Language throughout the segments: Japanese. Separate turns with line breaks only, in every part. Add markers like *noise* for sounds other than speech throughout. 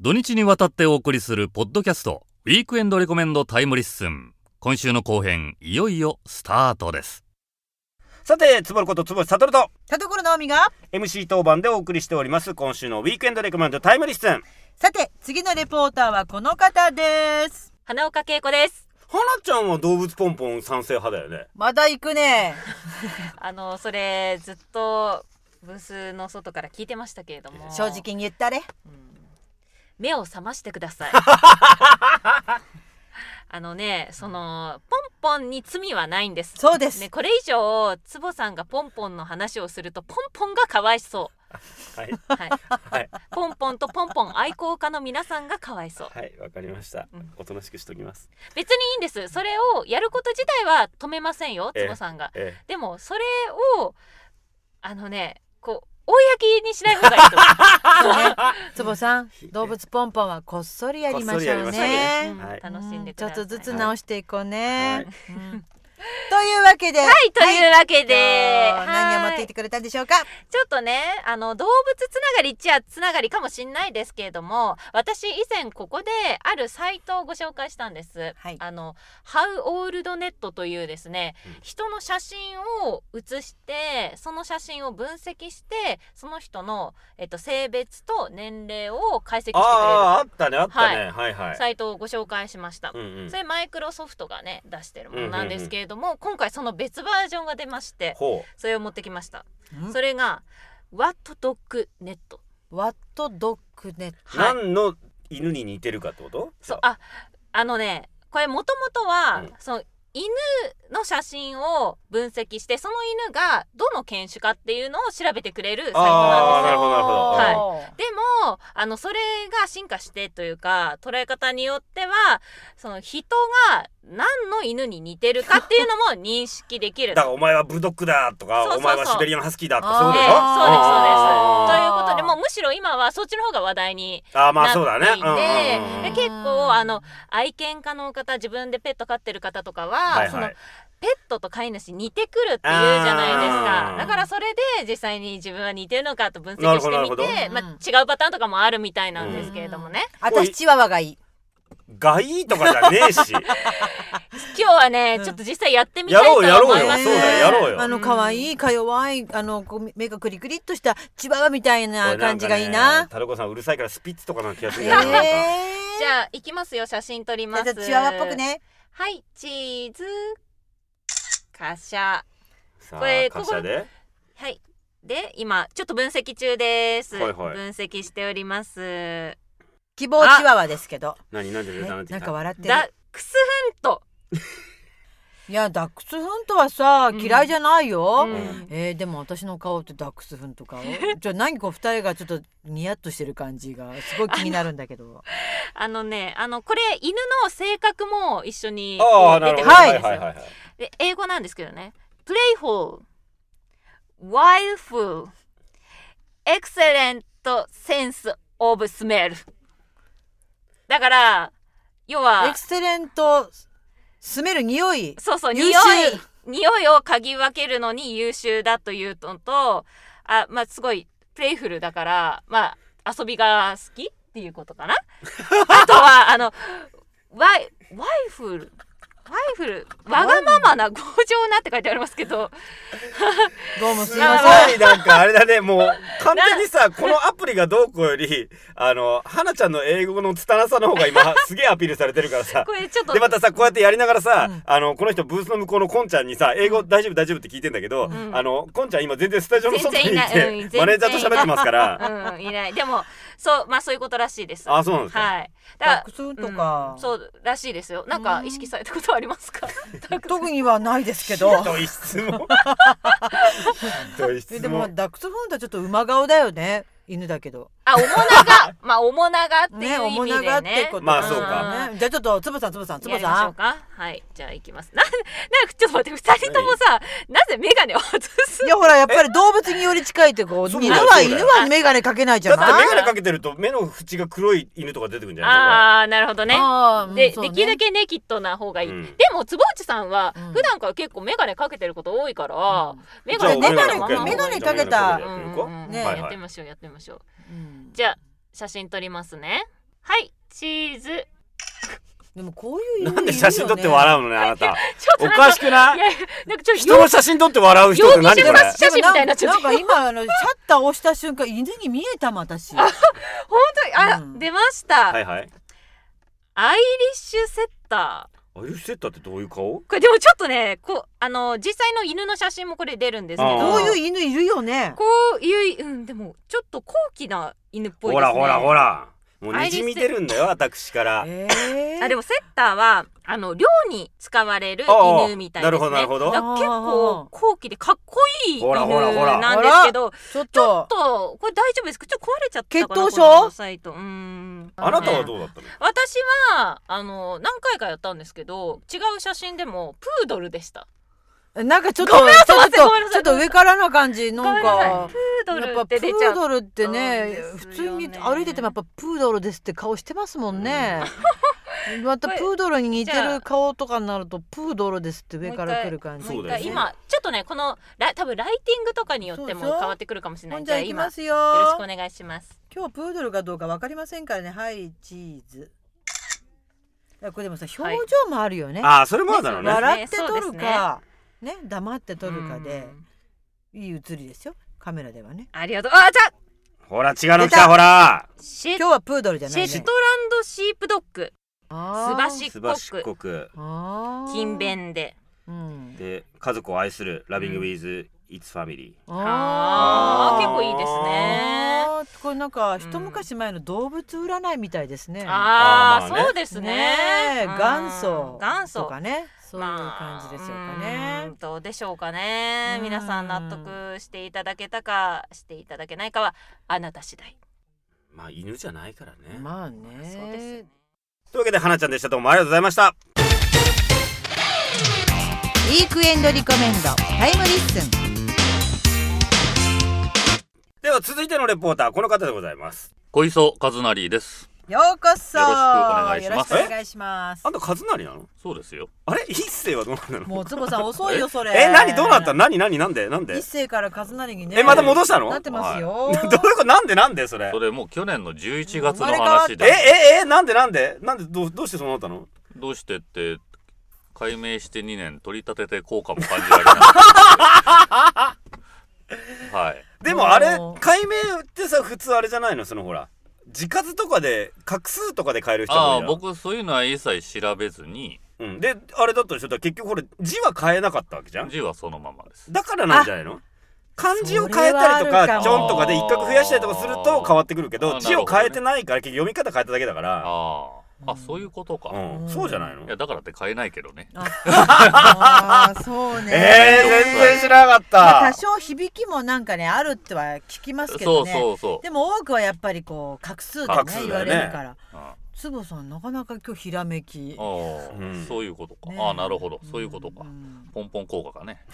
土日にわたってお送りするポッドキャストウィークエンドレコメンドタイムリッスン今週の後編いよいよスタートです
さて、つぼることつぼしさとると、
田所直美が
MC 当番でお送りしております、今週のウィークエンドレコメンドタイムリッスン。は
さて次のレポーターはこの方です
花岡恵子です。
なちゃんは動物ポンポン賛成派だよね。
まだ行くね
あの、それ、ずっと、ブースの外から聞いてましたけれども。
正直に言ったれ
目を覚ましてく
*laughs*
ださい。あのね、その、ポンポンに罪はないんです。
そうです
ね、これ以上、坪さんがポンポンの話をすると、ポンポンがかわいそう。
はい。
はい。
はい。
ポンポンとポンポン愛好家の皆さんがかわい *laughs* そう。
はい、わかりました
うん。
おとなしくしときます。
別にいいんです。それをやること自体は止めませんよ、
ええ
坪さんが。
え
でも、それを、あのね、こう、公にしない方がいい
*laughs*
と思う。
つぼさん動物ポンポンはこっそりやりまし
こ
ょう
っそりやり
ね
ましょうはい
楽しんでく
ちょ
だ
っ
さい。
とずつ
はい、
直していこう
は
ね
い、
うんというわけでは
というわけで、
今日何を持
は
っ
い
てきてくれたんでしょうか
ちょっとね、あの、動物つながりっちゃつながりかもしんないですけれども、私以前ここであるサイトをご紹介したんです。
はい
あの、How Old Net というですね、
うん
人の写真を写して、その写真を分析して、その人の、えっと、性別と年齢を解析してくれ
ああ、あったね、あったね。はいは
る
い。
サイトをご紹介しました
う。んうん
そ。れマイクロソフトがね出してるものなんですけれども、今回その別バージョンが出まして
ほう。
それを持ってきました、
ん
それが WhatDogNet
ワットドッグネット
はい
何の犬に似てるかってこと
そうああのねこれもともとは、
うん
その犬の写真を分析してその犬がどの犬種かっていうのを調べてくれるサイト
あー
なん
な
で
る
す
ほどなるほど
は
でもあのそれが進化してというか捉え方によってはその人が何の犬に似てるかっていうのも認識できる
だからお前はブルドッグだとか
そうそうそう
お前はシベリアンハスキーだとかそういう
あー
こ
ね
と
そう
で
です
し
そ
ょ
あ
うです
ー
ということでもうむしろ今はそっちの方が話題に
ああまあそうだね
なっていて
うんうんうん
で
ん
結構あの愛犬家の方自分でペット飼ってる方とかは、
はい
そ
は
の
い
ペットと飼い主似てくるっていうじゃないです
あ
か
ー
だからそれで実際に自分は似てるのかと分
な
析
る
し
ほど
てみ
な
て、
るほど
まあ、違うパターンとかもあるみたいなんですけれどもね、
私チワワがいい
がいいとかじゃねえし
今日はね、
うん
ちょっと実際やってみたいと思います
やろうやろうよ
そうだよや
ろうよ
あの可愛いか弱いあのこう目がクリクリっとしたチワワみたいな感じがいい
*laughs*
な。
タルコさんうるさいからスピッツとかな気がする
ええ
じゃないなんか
じゃあ行きますよ写真撮りま
じゃ
す
あチワワっぽくね。
はいチーズカシャ
さあ
これ
貨車で
はい。で、今、ちょっと分析中です。
はいはい
分析しております。
希望チワワですけど。
何何で出
え
た
な
なんんて言っ
か
た
笑ってる
ダ。ックスフント。
いやダックスフントはさ
うん
嫌いじゃないよ。
うん
えー、でも私の顔ってダックスフント
*laughs*
顔じゃあ何こう二人がちょっとニヤッとしてる感じがすごい気になるんだけど
あのね、あの、これ、犬の性格も一緒に
ああな
出
る
て
ほ
く
ど
は
るん
い
ですよ。
はい
で、英語なんですけどね。playful, wildful, excellent sense of smell. だから、要は、
エクセレント住める匂い
そうそう、
優
匂い
秀、
匂いを嗅ぎ分けるのに優秀だというのと、あ、まあ、すごい、プレイフルだから、まあ、遊びが好きっていうこと *laughs* かな。あとは、あの、ワイ、ワイフル、ワイフル、わがままな、強情なって書いてありますけど、
どうもす
す
いません
ごいなんかあれだね
*laughs*
もう完全にさこのアプリがどうこうよりあの花ちゃんの英語の拙さの方が
*laughs*
今すげえアピールされてるからさ
これちょっと、
でまたさこうやってやりながらさ、
うん
あのこの人ブースの向こうのこんちゃんにさ英語大丈夫大丈夫って聞いてんだけど、
ん
あのこんちゃん今全然スタジオの外にいて
全然いないうん全然いな
マネー
い
ジャーと喋ってますから
うん、いない。でも、そう、まあ、そういうことらしいです。
あそうなんですか、
はい。だ
ダッ
か
クスフン
ら、
トか、
うんそうらしいですよ。なんか、意識されたことはありますかダックス
特にはないですけ
ひ
ど
*laughs* どい質
*laughs*
問ひどい質
え
問
でもダックスフントはちょっと馬顔だよね犬だけど
あ、おもな
*laughs*
が、まあ、おもながっていう意味
ね
で
お
ね。
もながってこと
まあそうか
ねじゃあちょっとつぶさんつぶさんつ
や
ぶ
りまし
さ
ょうんか。はい、じゃあ行きます。なん、なんかちょっと待って、二人ともさ、なぜメガネを外す
いやほらやっぱり動物により近いってこう
そう
犬
だよ
は
そうだ
犬
よ
は眼鏡かけないじ
だ
ゃ
って
ない
眼鏡かけてると目の縁が黒い犬とか出てくるんじゃない
ああ、なるほどね。
あーうん
で、
そうね
できるだけネキッドな方がいい。
うん
でも、坪内さんは、
うん
普段から結構メガネかけてること多いから、メ
じゃあ
ガネ
メガネ
か
か
け
け
たまま
メガネかけた
うんうんうん
ね
やってみましょう、やってみましょう。じゃあ、写真撮りますね。はい、チーズ。
でもこういう
なんで写真撮って笑うのね、あなた。
ちょっ
*laughs* お
となん
かしくないい
やいや、なんかちょっと
人の写真撮って笑う人って何こ
容疑者
れ
が写真みたいになっちゃった
んか今あのシャッター押した瞬間犬に見えたもん私。
本当に、あ、
うん
出ました、
はいはい。
アイリッシュセッター。
ああいうセッターってどういう顔
これでもちょっとね、こう、あの、実際の犬の写真もこれ出るんですけど。
あー
こういう犬いるよね。
こういう、うん、でも、ちょっと高貴な犬っぽい
ほ
ですね。
らほらほら。もう
ア
に
イリス
じみ出るんだよ、私から。
え
あで
も
もセッターはあの猟に使われる
ああ
犬みたいで
な
すね。
るほどなるほど
だから結構高貴でかっこいい犬
ほらほらほら
なんですけど、
ちょっ
ちょ
と
っとこれ大丈夫ですか？ちょっと壊れちゃったかな。
血統症
このサイトうーん。
あなたは
う？
どうだったの
私はあの何回かやったんですけど、違う写真でもプードルでした。
なんかちょっと
ごめんなさい
ちょっと
ごめんなさ
ちょ
い
っと上からな感じな
ごめ
ん
んなさ
か
い。プード
やっ
ル
ぱ
っ
プ
て出ちゃ
ー
う。
ドルってね
そうです
普通
よね
に歩いててもやっぱプードルですって顔してますもんね、また
こ
プ
れ
ードルに似て
じゃあ
る顔とかになるとプードルですって上から来る感じ
も
もう
う
一
一回
回今ちょっとねこのラ多分ライティングとかによっても
そう
変
そう
わってくるかもしれ
ほ
なんい。
じゃあ行きますすよ
よろしくお願いします。
今日プードルかどうかわかりませんからねはいチーズいやこれでもさ表情もあるよね、
ああ、それもあるだろうね。
笑って撮る
ね
かね黙って撮るかで
うん
いい写りですよカメラではね
ありがとう。あ、じゃあ
ほら、違うの来
出た
た、ほら。
シェ
今日はプードルじゃない
シェ
ね
ットランドシープドッグ、
あー
すばし
す
っ
ば
こ
しっ
く、
こく。
あー
勤勉で。
うん
で、家族を愛する、ラビングウィズ、イッツファミリー。あ
あ
ー
あ、結構いいですね。
あーこれなんか一昔前の動物占いみたいですね。
ああ、
あーまあね
そうですね
ねえ
うん
元祖
元祖
とかねそういう感じでしょうか
まあ
ね
うーん。どうでしょうかね
うん
皆さん納得していただけたかしていただけないかはあなた次第
まあ、犬じゃないからね。
まあね。
そうですよね
というわけで、花ちゃんでした。どうもありがとうございました。
ウィークエンドリコメンドタイムリッスン。
では、続いてのレポーター、この方でございます。
小磯和成です。
ようこそ。
よろしくお願いします
よろくお願いします
あんた、カズナリなの
そうですよ。
あれ一世はどうなの
もうつぼさん遅いよそれ。
え、何どうなったの何何なんでなんで
一世から数なりにね。
え、また戻したの
なってますよ。
はいどういうことなんでなんでそれ
それもう去年の11月の
生まれ
話
え、
で
え、え、なんでなんでなんでどうどうしてそうなったの
どうしてって解明して2年取り立てて効果も感じられない。 *laughs* はい。
でもあれ
もう、
解明ってさ、普通あれじゃないのそのほら。字数とかで、画数とかで変える人
あ
もい
あ
るじゃん
僕そういうのは一切調べずに
うん。で、あれだったでしょだから結局ほら、字は変えなかったわけじゃん
字はそのままです。
だからなんじゃないの漢字を変えたりと
それはあるか
か、
も
ちょんとかで一画増やしたりとかすると変わってくるけ
あ
ど、
ー
字を変えてないから、結局読み方変えただけだか
あ
ら、
ああそういうことか。
うん、そうじゃないの
いやだからって変えないけどね。
ああーそう
*laughs*
ね。
えー、全然知らなかった。
*laughs* まあ多少響きもなんかねあるっては聞きますけ
そう
どね。
そうそう。
でも多くはやっぱりこう画数でね
画数だよね
言われるから
うん
坪さんなかなか今日ひらめき
ああ、
うん
そういうことか。
ね
ああ、なるほど。そういうことか。
ん
ポンポン効果かね。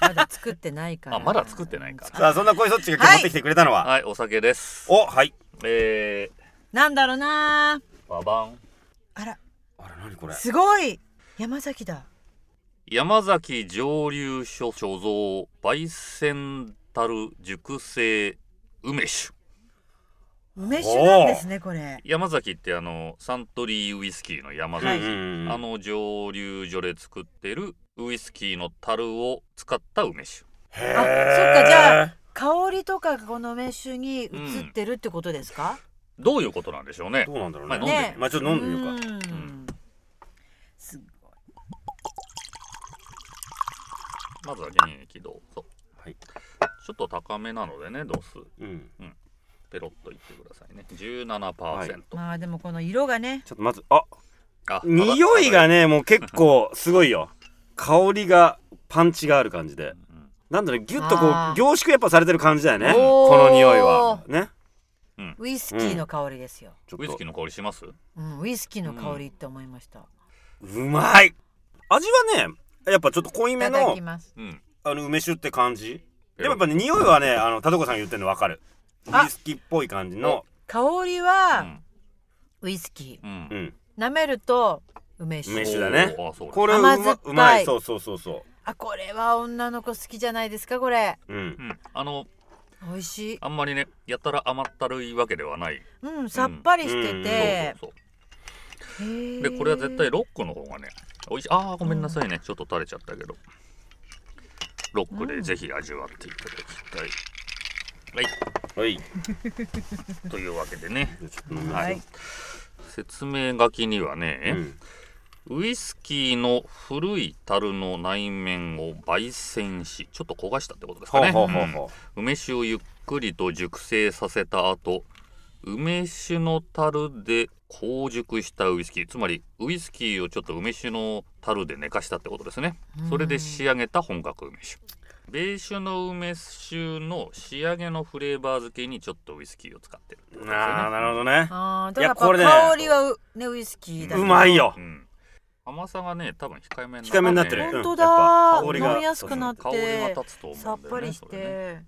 まだ作ってないから
あまだ作ってないか
さあ、そんな恋そっちが今日持ってきてくれたのは、
はい、お酒です。
お、はい。
え
なんだろうな
ー、ババン。
あら
あれ、なにこれ
すごい山崎だ
山崎蒸留所所蔵焙煎たる熟成梅酒。
梅酒なんですねこれ
山崎ってあの、サントリーウイスキーの山
うんう
崎。
んうん
あの蒸留所で作ってるウイスキーの樽を使った梅酒。
へー
あそっかじゃあ香りとかがこの梅酒に移ってるってことですか、
どういうことなんでしょうね
ど。うなんだろう
まあ
ね。
飲んでみ
ね
まあ、ちょっと飲んでみようか。
ーん
うん
すごい
まずは原液どうぞ。
はい。
ちょっと高めなのでね、度数。
うん。
ペロッといってくださいね。17%。
はい
まあでもこの色がね
ちょっとまず、あ、
あ
匂いがね、もう結構すごいよ。香りが、パンチがある感じで。なんだろう、ギュッとこう
あー、
凝縮やっぱされてる感じだよね。
おー
この匂いは。ね。
ウイスキーの香りですよ、
ちょ
ウイス
っ
キーの香りします
うん、ウイスキーの香りって思いました。
と、うまい味はね、やっぱちょっと濃い
い
め
ただ
の
き、ます。
うん。
あの、梅酒って感じ。
え
でもやっぱね、匂いはね、あの、田所さんが言ってるの分かる。ウ
あ
イスキーっぽい感じの、
香り
う
は
ん
ウイスキ
う。
うんん。
ー。舐めると梅酒。
梅酒だね
おーあ、そうです
これうま
甘酸っぱいう
まい。そうそうそうそ
あ、これは女の子好きじゃないですか、これ。
う。うん
う。ん。あの、
美味しい
あんまりねやたら甘ったるいわけではない
うんさっぱりしてて、
そうそう
へ
そう
ー
でこれは絶対ロックの方がね美味しいあーごめんなさいね、ちょっと垂れちゃったけどロックでぜひ味わっていただきたい、はい
はい。
というわけでね
ちょっと飲みま
は
す
い説明書きには
う
ね、
ん
ウイスキーの古い樽の内面を焙煎しちょっと焦がしたってことです
ほ
か
う
ね
ほうほうほ
梅酒をゆっくりと熟成させた後梅酒の樽で硬熟したウイスキーつまりウイスキーをちょっと梅酒の樽で寝かしたってことですねそれで仕上げた本格梅酒米酒の梅酒の仕上げのフレーバー漬けにちょっとウイスキーを使ってるってこと
う。
ですよね
ああ、なるほどね。
あー
いや
だか
これね
らやっぱ香りはうねウイスキーだけど
うまいよ
う。ん、甘さがね多分控えめにな
控えめになってる
本当
や
だ、
っぱ香りが
飲みやすくなっ
香りが
て
立つと思うんだ
さ
よ
っ
ね
ぱりし
それね
て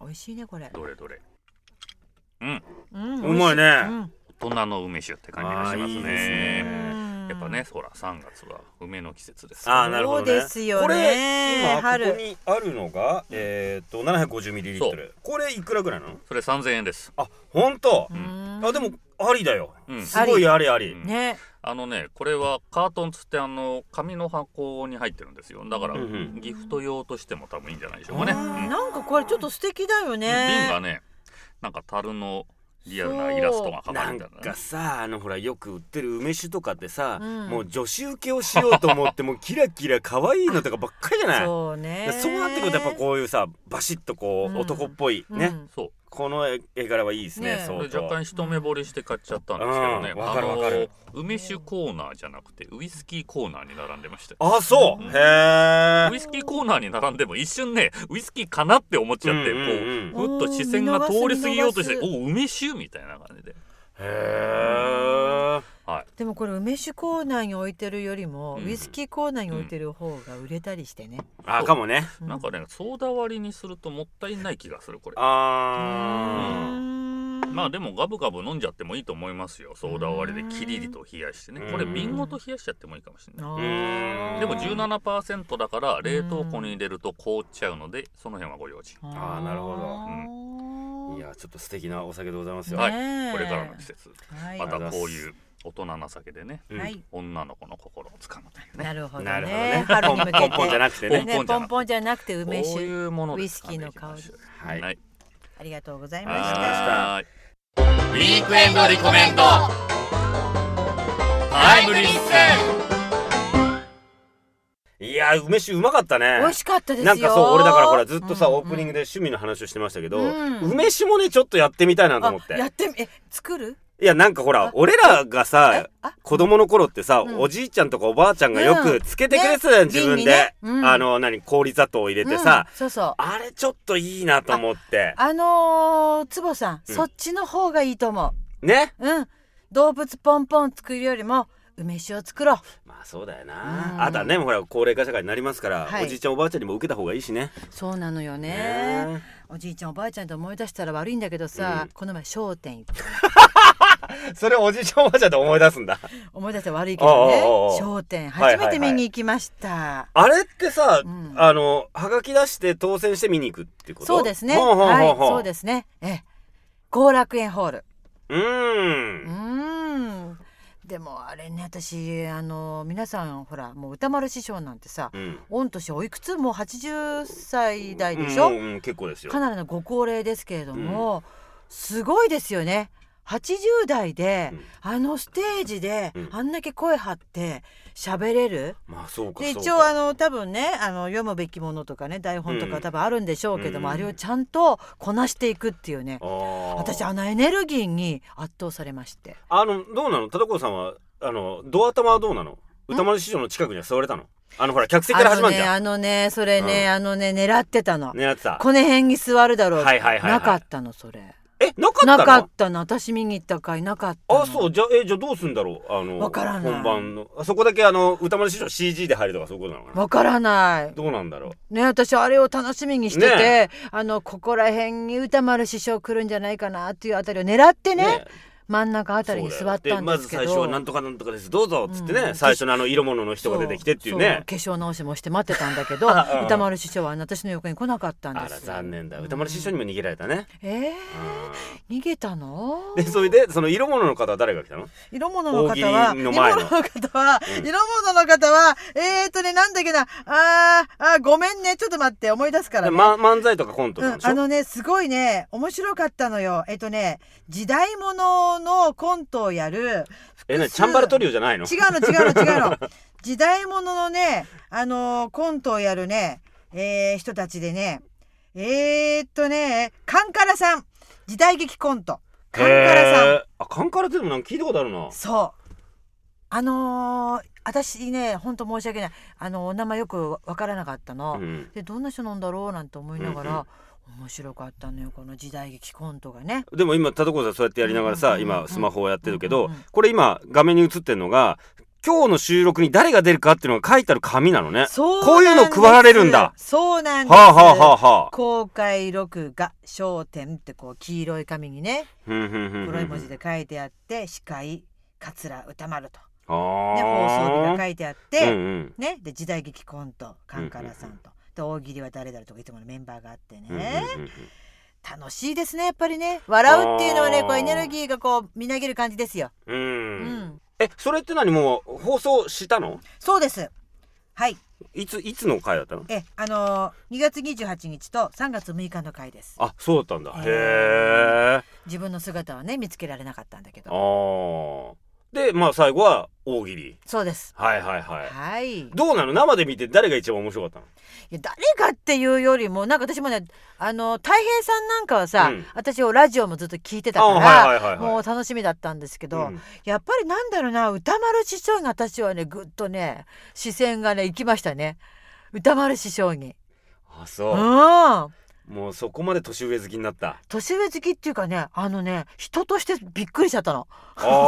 美味しいねこれ
どれどれ
うん
うまいね
大人の梅酒って感じがしますね
あーいいですね
やっぱねほら3月は梅の季節です
あ
よ
あ、なるほど、ね。
そうですよね
これ、今、
春
ここにあるのが、えっ、ー、と、750ml。これ、いくらぐらいなの
それ3000円です
あ、ほんと
う。ん
あ、でも、ありだよ。
うん
すごいありあり。
うん
ね
あのねこれはカートンつってあの紙の箱に入ってるんですよだから
うんうん
ギフト用としても多分いいんじゃないでしょうかね、
う
うんん
なんかこれちょっと素敵だよ
瓶が
ね
ねなんか樽のリアルなイラストが描か
な
れ
ん
てる
かさあのほらよく売ってる梅酒とかってさ、
うん
もう女子受けをしようと思ってもうキラキラ可愛いのとかばっかりじゃないそ
そうね
うなってくるとやっぱこういうさバシッとこう、
うん
男っぽいね、
うん
そう
この絵柄はいいですね
ねえ
こ
相
れ
当
若干一目惚れして買っちゃったんですけどね、
うんわかるわかる
あの梅酒コーナーじゃなくてウイスキーコーナーに並んでました
あそう、へえ
ウイスキーコーナーに並んでも一瞬ねウイスキーかなって思っちゃって、
うん
こうふっと視線が通り過ぎようとして
おー見逃
お梅酒みたいな感じで
へえ
はい
でもこれ梅酒コーナーに置いてるよりも、
うん
ウイスキーコーナーに置いてる方が売れたりしてね、
あかもね
う
なんかねソーダ割りにするともったいない気がするこれ
あ
まあでもガブガブ飲んじゃってもいいと思いますよソーダ割りでキリリと冷やしてねこれ
うん
瓶ごと冷やしちゃってもいいかもしれない
あ
う
ー
ん
でも17%だから冷凍庫に入れると凍っちゃうのでその辺はご用心
あーなるほどー
ど
いやちょっと素敵なお酒でございますよ、
はい
ねえ
これからの季節
はい
またこういう大人な酒でね
うん
はい
女の子の心をつかむというね
なるほど
なるほど
ね
ね
春に
ポン
向けて
ポンポンじゃなくてね
ね
ポ
ポ
ン
ン
ポ
ポンじゃなくて梅
こう
酒
いうもの
ウ
で
イ
す
ス
か
キ
ね
ーの香り
はい、
はい
ありがとうございました
は
は
ーいウィークエンドリコメントタイムリッスン
いやー梅酒うまかったね
美味しかったですよ
なんかそう俺だからほらずっとさ、
うん
オープニングで趣味の話をしてましたけど、
うん
梅酒もねちょっとやってみたいなと思っ
あや
て
ってみえ作る
いやなんかほら
あ
俺らがさ
えあ
子供の頃ってさ、
うん
おじいちゃんとかおばあちゃんがよくつけてくれてたじゃん、
うん
自分で、
瓶にねうん
あの何氷砂糖を入れてさ
う、んそうそう
あれちょっといいなと思って
あのー、坪さん、
うん
そっちの方がいいと思
ね
ううん動物ポンポン作るよりも梅酒を作ろう
まあそうだよな、
うん
あとはねほら高齢化社会になりますから、
はい
おじいちゃんおばあちゃんにも受けた方がいいしね
そうなのよね
ね
おじいちゃんおばあちゃんと思い出したら悪いんだけどさ、この前商店行って
それおじいちゃんおばあちゃんと思い出すんだ
思い出したら悪いけどね
おうおうおう
商店
はいはい
初
はい
めて見に行きました、
あれってさ、
うん
あのはがき出して当選して見に行くってこと
そうですね
ほうほう
は
ほ
いう
ほう
そうですねええ後楽園ホール
うー。
うんーんでもあれね私あの皆さんほらもう歌丸師匠なんてさ、
うん。
御年おいくつもう80歳代でしょ、
うんうんうん結構ですよ。
かなりのご高齢ですけれども、すごいですよね80代で、あのステージで、
うん
あんだけ声張って喋れる
まあそうかそ
で
うか。
一応あの多分ねあの読むべきものとかね台本と
う
か
ん
多分あるんでしょうけども、
うん
あれをちゃんとこなしていくっていうね、
あー
私あのエネルギーに圧倒されまして
あのどうなの田所さんはあのドア玉はどうなの歌丸師匠の近くには座れたのあのほら客席から始まるじゃん
あのねあのねそれね、
うん
あのね狙ってたの、
狙ってた
この辺に座るだろう、
はいはいはいはい
なかったのそれ
えなかったの
なかったの私見に行った回なかったの
あそうじゃあえじゃあどうすんだろうあの
わからない
本番のあそこだけあの歌丸師匠 CG で入るとかそういうことなのかな
わからない
どうなんだろ
ね私あれを楽しみにしてて、
ね
あのここら辺に歌丸師匠来るんじゃないかなっていうあたりを狙って
う
ね真ん中あたりに
そう
座
だよ
ったん
ま
で
ず
すけ
最
ど
初はなんとかなんとかですどうぞっつってね、
うん
最初のあの色物の人が出てきてっていうね
そう化粧直しもして待ってたんだけど
うん
歌丸師匠は私の横に来なかったんで
あ
す
ら残念だ歌丸師匠にも逃げられたね、
え
うん
ー、逃げたの
でそれでその色物の方は誰が来たの
色物の方は
大喜利
色
の
物の
前の
方は、
うん
色物の方はえーとねなんだっけなあーあーごめんねちょっと待って思い出すからね、
ま、漫才とかコント
う
なん
ん
で、しょ、
あのねすごいね面白かったのよえっとね時代物のコントをやる
えなに
複数
チャンバラトリオじゃないの
違うの違
*laughs*
うの違うの時代物のねあのーコントをやるねえー人たちでねえー、っとねカンカラさん時代劇コントカンカラさん
へーあカンカラってでもなんか聞いたことあるな
そうあのー私ねほんと申し訳ないあのお名前よくわからなかったの、
うん
でどんな人なんだろうなんて思いながら、
うん
面白かったのよこの時代劇コントがね
でも今田所さんそうやってやりながら
うん
さ
うんうんうん
今スマホをやってるけど、
うんうん
これ今画面に映ってるのが今日の収録に誰が出るかっていうのが書いてある紙なのね
そう
こういうの配られるんだ
そうなんです
はあはあはあはあ
公開録画焦点ってこう黄色い紙にね
うんうんうんうん
黒い文字で書いてあって司会桂歌丸と、
あ
ね、放送日が
い
書いてあ
う
っ
ん
て、
うん
ね、で時代劇コントカンカラさんと、で大喜利は誰々とかいつものメンバーがあってね、
うんうんうんうん
楽しいですねやっぱりね笑うっていうのはね
あー
こうエネルギーがこうみなぎる感じですよ、
う
うん
んえそれって何もう放送したの
そうですはい
いついつの回だったの
えあのー、2月28日と3月6日の回です
あそうだったんだ
えー
へえ
自分の姿はね見つけられなかったんだけ
あ
ど
ーでまあ最後は大喜利
そうです
はいはいはい
はい
どうなの生で見て誰が一番面白かったの
いや誰かっていうよりもなんか私もねあの太平さんなんかはさ、
うん
私をラジオもずっと聞いてたから、
あはいはいはいはい
もう楽しみだったんですけど、
うん
やっぱりなんだろうな歌丸師匠に私はねぐっとね視線がね行きましたね歌丸師匠に。
あ
う
そ
ん
うもうそこまで年上好きになった
年上好きっていうかねあのね人としてびっくりしちゃったの。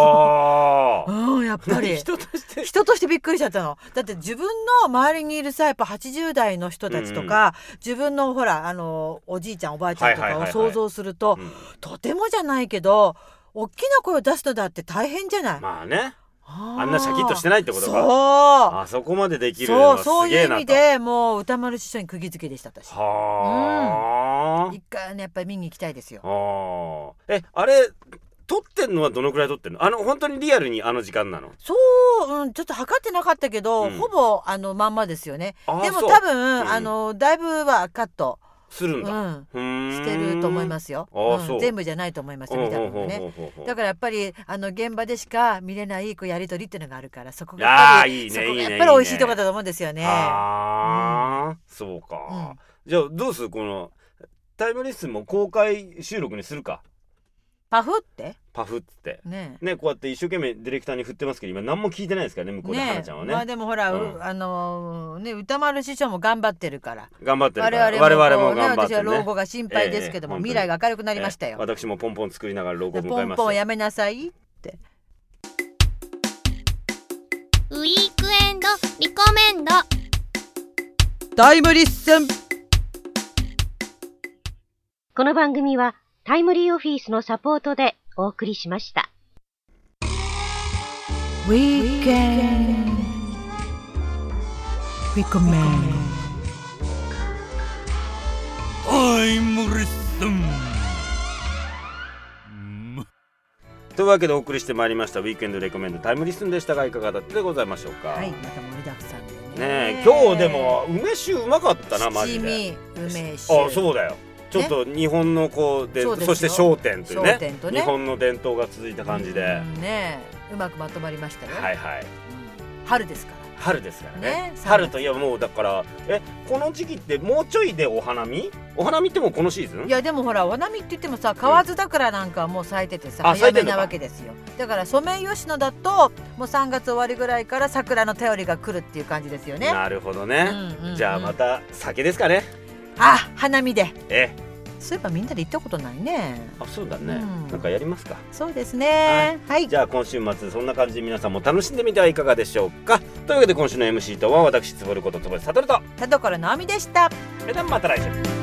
ああ
うんやっぱり
人として
人としてびっくりしちゃったのだって自分の周りにいるさやっぱ80代の人たちとか、自分のほらあのおじいちゃんおばあちゃんと
はいは
か
い
を
はいはい
想像すると、
うん
とてもじゃないけど大きな声を出すのだって大変じゃない、
まあね
あー
あんなシャキッとしてないってことか
そう
あそこまでできるの
そう
はす
そう
げ
い
え
う意
な
味
と
でもう歌丸師匠に釘付けでした私
はあ
一回はねやっぱり見に行きたいですよ
ああ。え、あれ、撮ってんのはどのくらい撮ってんのあの、本当にリアルにあの時間なの
そう、うん、ちょっと測ってなかったけど、
うん
ほぼあのまんまですよね
あー
でも
そう
多分、
うん
あのだいぶはカット、
するん
う
だ。
ん、
うーん、。
してると思いますすよ。
あー
ん
そう
全部じゃないと思いますよ、見たのもね。だ
か
からやっぱりあの現場でしか見れないこうやり取りっていうのがあるからそこがやっ
あ
ぱ
ー
り
いいね
そこが
いいね
やっぱり美味しいとこだと思うんですよね。
ああ、そうか。じゃあ、どうするこの、タイムリスンも公開収録にするか。
パフって
パフっつって。
ね。
ね、こうやって一生懸命ディレクターに振ってますけど、今何も聞いてないですからね、向こうで、は
ね
なちゃんは
まあ
ね。
でもほら、う
うん
あのーね歌丸師匠も頑張ってるから
頑張ってるから。
我々も
我々
こ
も
う
頑張っ
ね、私
て
は
る
老
ね
後。が心配ですけども、
ええええ
未来が明るくなりました
え
よ。
私もポンポン作りながら老後を迎
ポ
え
ン
ます
ポン
よ。
やめなさいって
ウィークエンドリコメンド
タイムリッスン
この番組はタイムリーオフィスのサポートでお送りしました。
Weekend Recommend
I'm listen.
というわけでお送りしてまいりました「ウィークエンドレコメンドタイムリスン」でしたがいかがだったでございましょうか、
はい、
ね
また盛りだくさんでね。
え今日でも梅酒うまかったなマジで
七味梅酒。
あそうだよちょっと日本のこうでそ
そ
う
ですよ
して商店というね
商店とね
日本の伝統が続いた感じで、
うんねえ、うまくまとまりましたよ。
はいはい
うん春ですから。
春ですからね
ね
春といやもうだからえこの時期ってもうちょいでお花見お花見ってもうこのシーズン
*laughs* いやでもほらお花見って言ってもさ河津桜なんかはもう咲いててさ、
あ咲
早
いてん
め
のか
なわけですよだからソメイヨシノだともう3月終わりぐらいから桜の便りが来るっていう感じですよね
なるほどね、
うんうんうん
じゃあまた酒ですかね
あ花見で
え
そういえばみんなで行ったことないね
あそうだね、
うん
なんかやりますか
そうですねはい
じゃあ今週末そんな感じで皆さんも楽しんでみてはいかがでしょうかというわけで今週の MC とは私つぼることつぼるさとると
田所直美でした
それではまた来週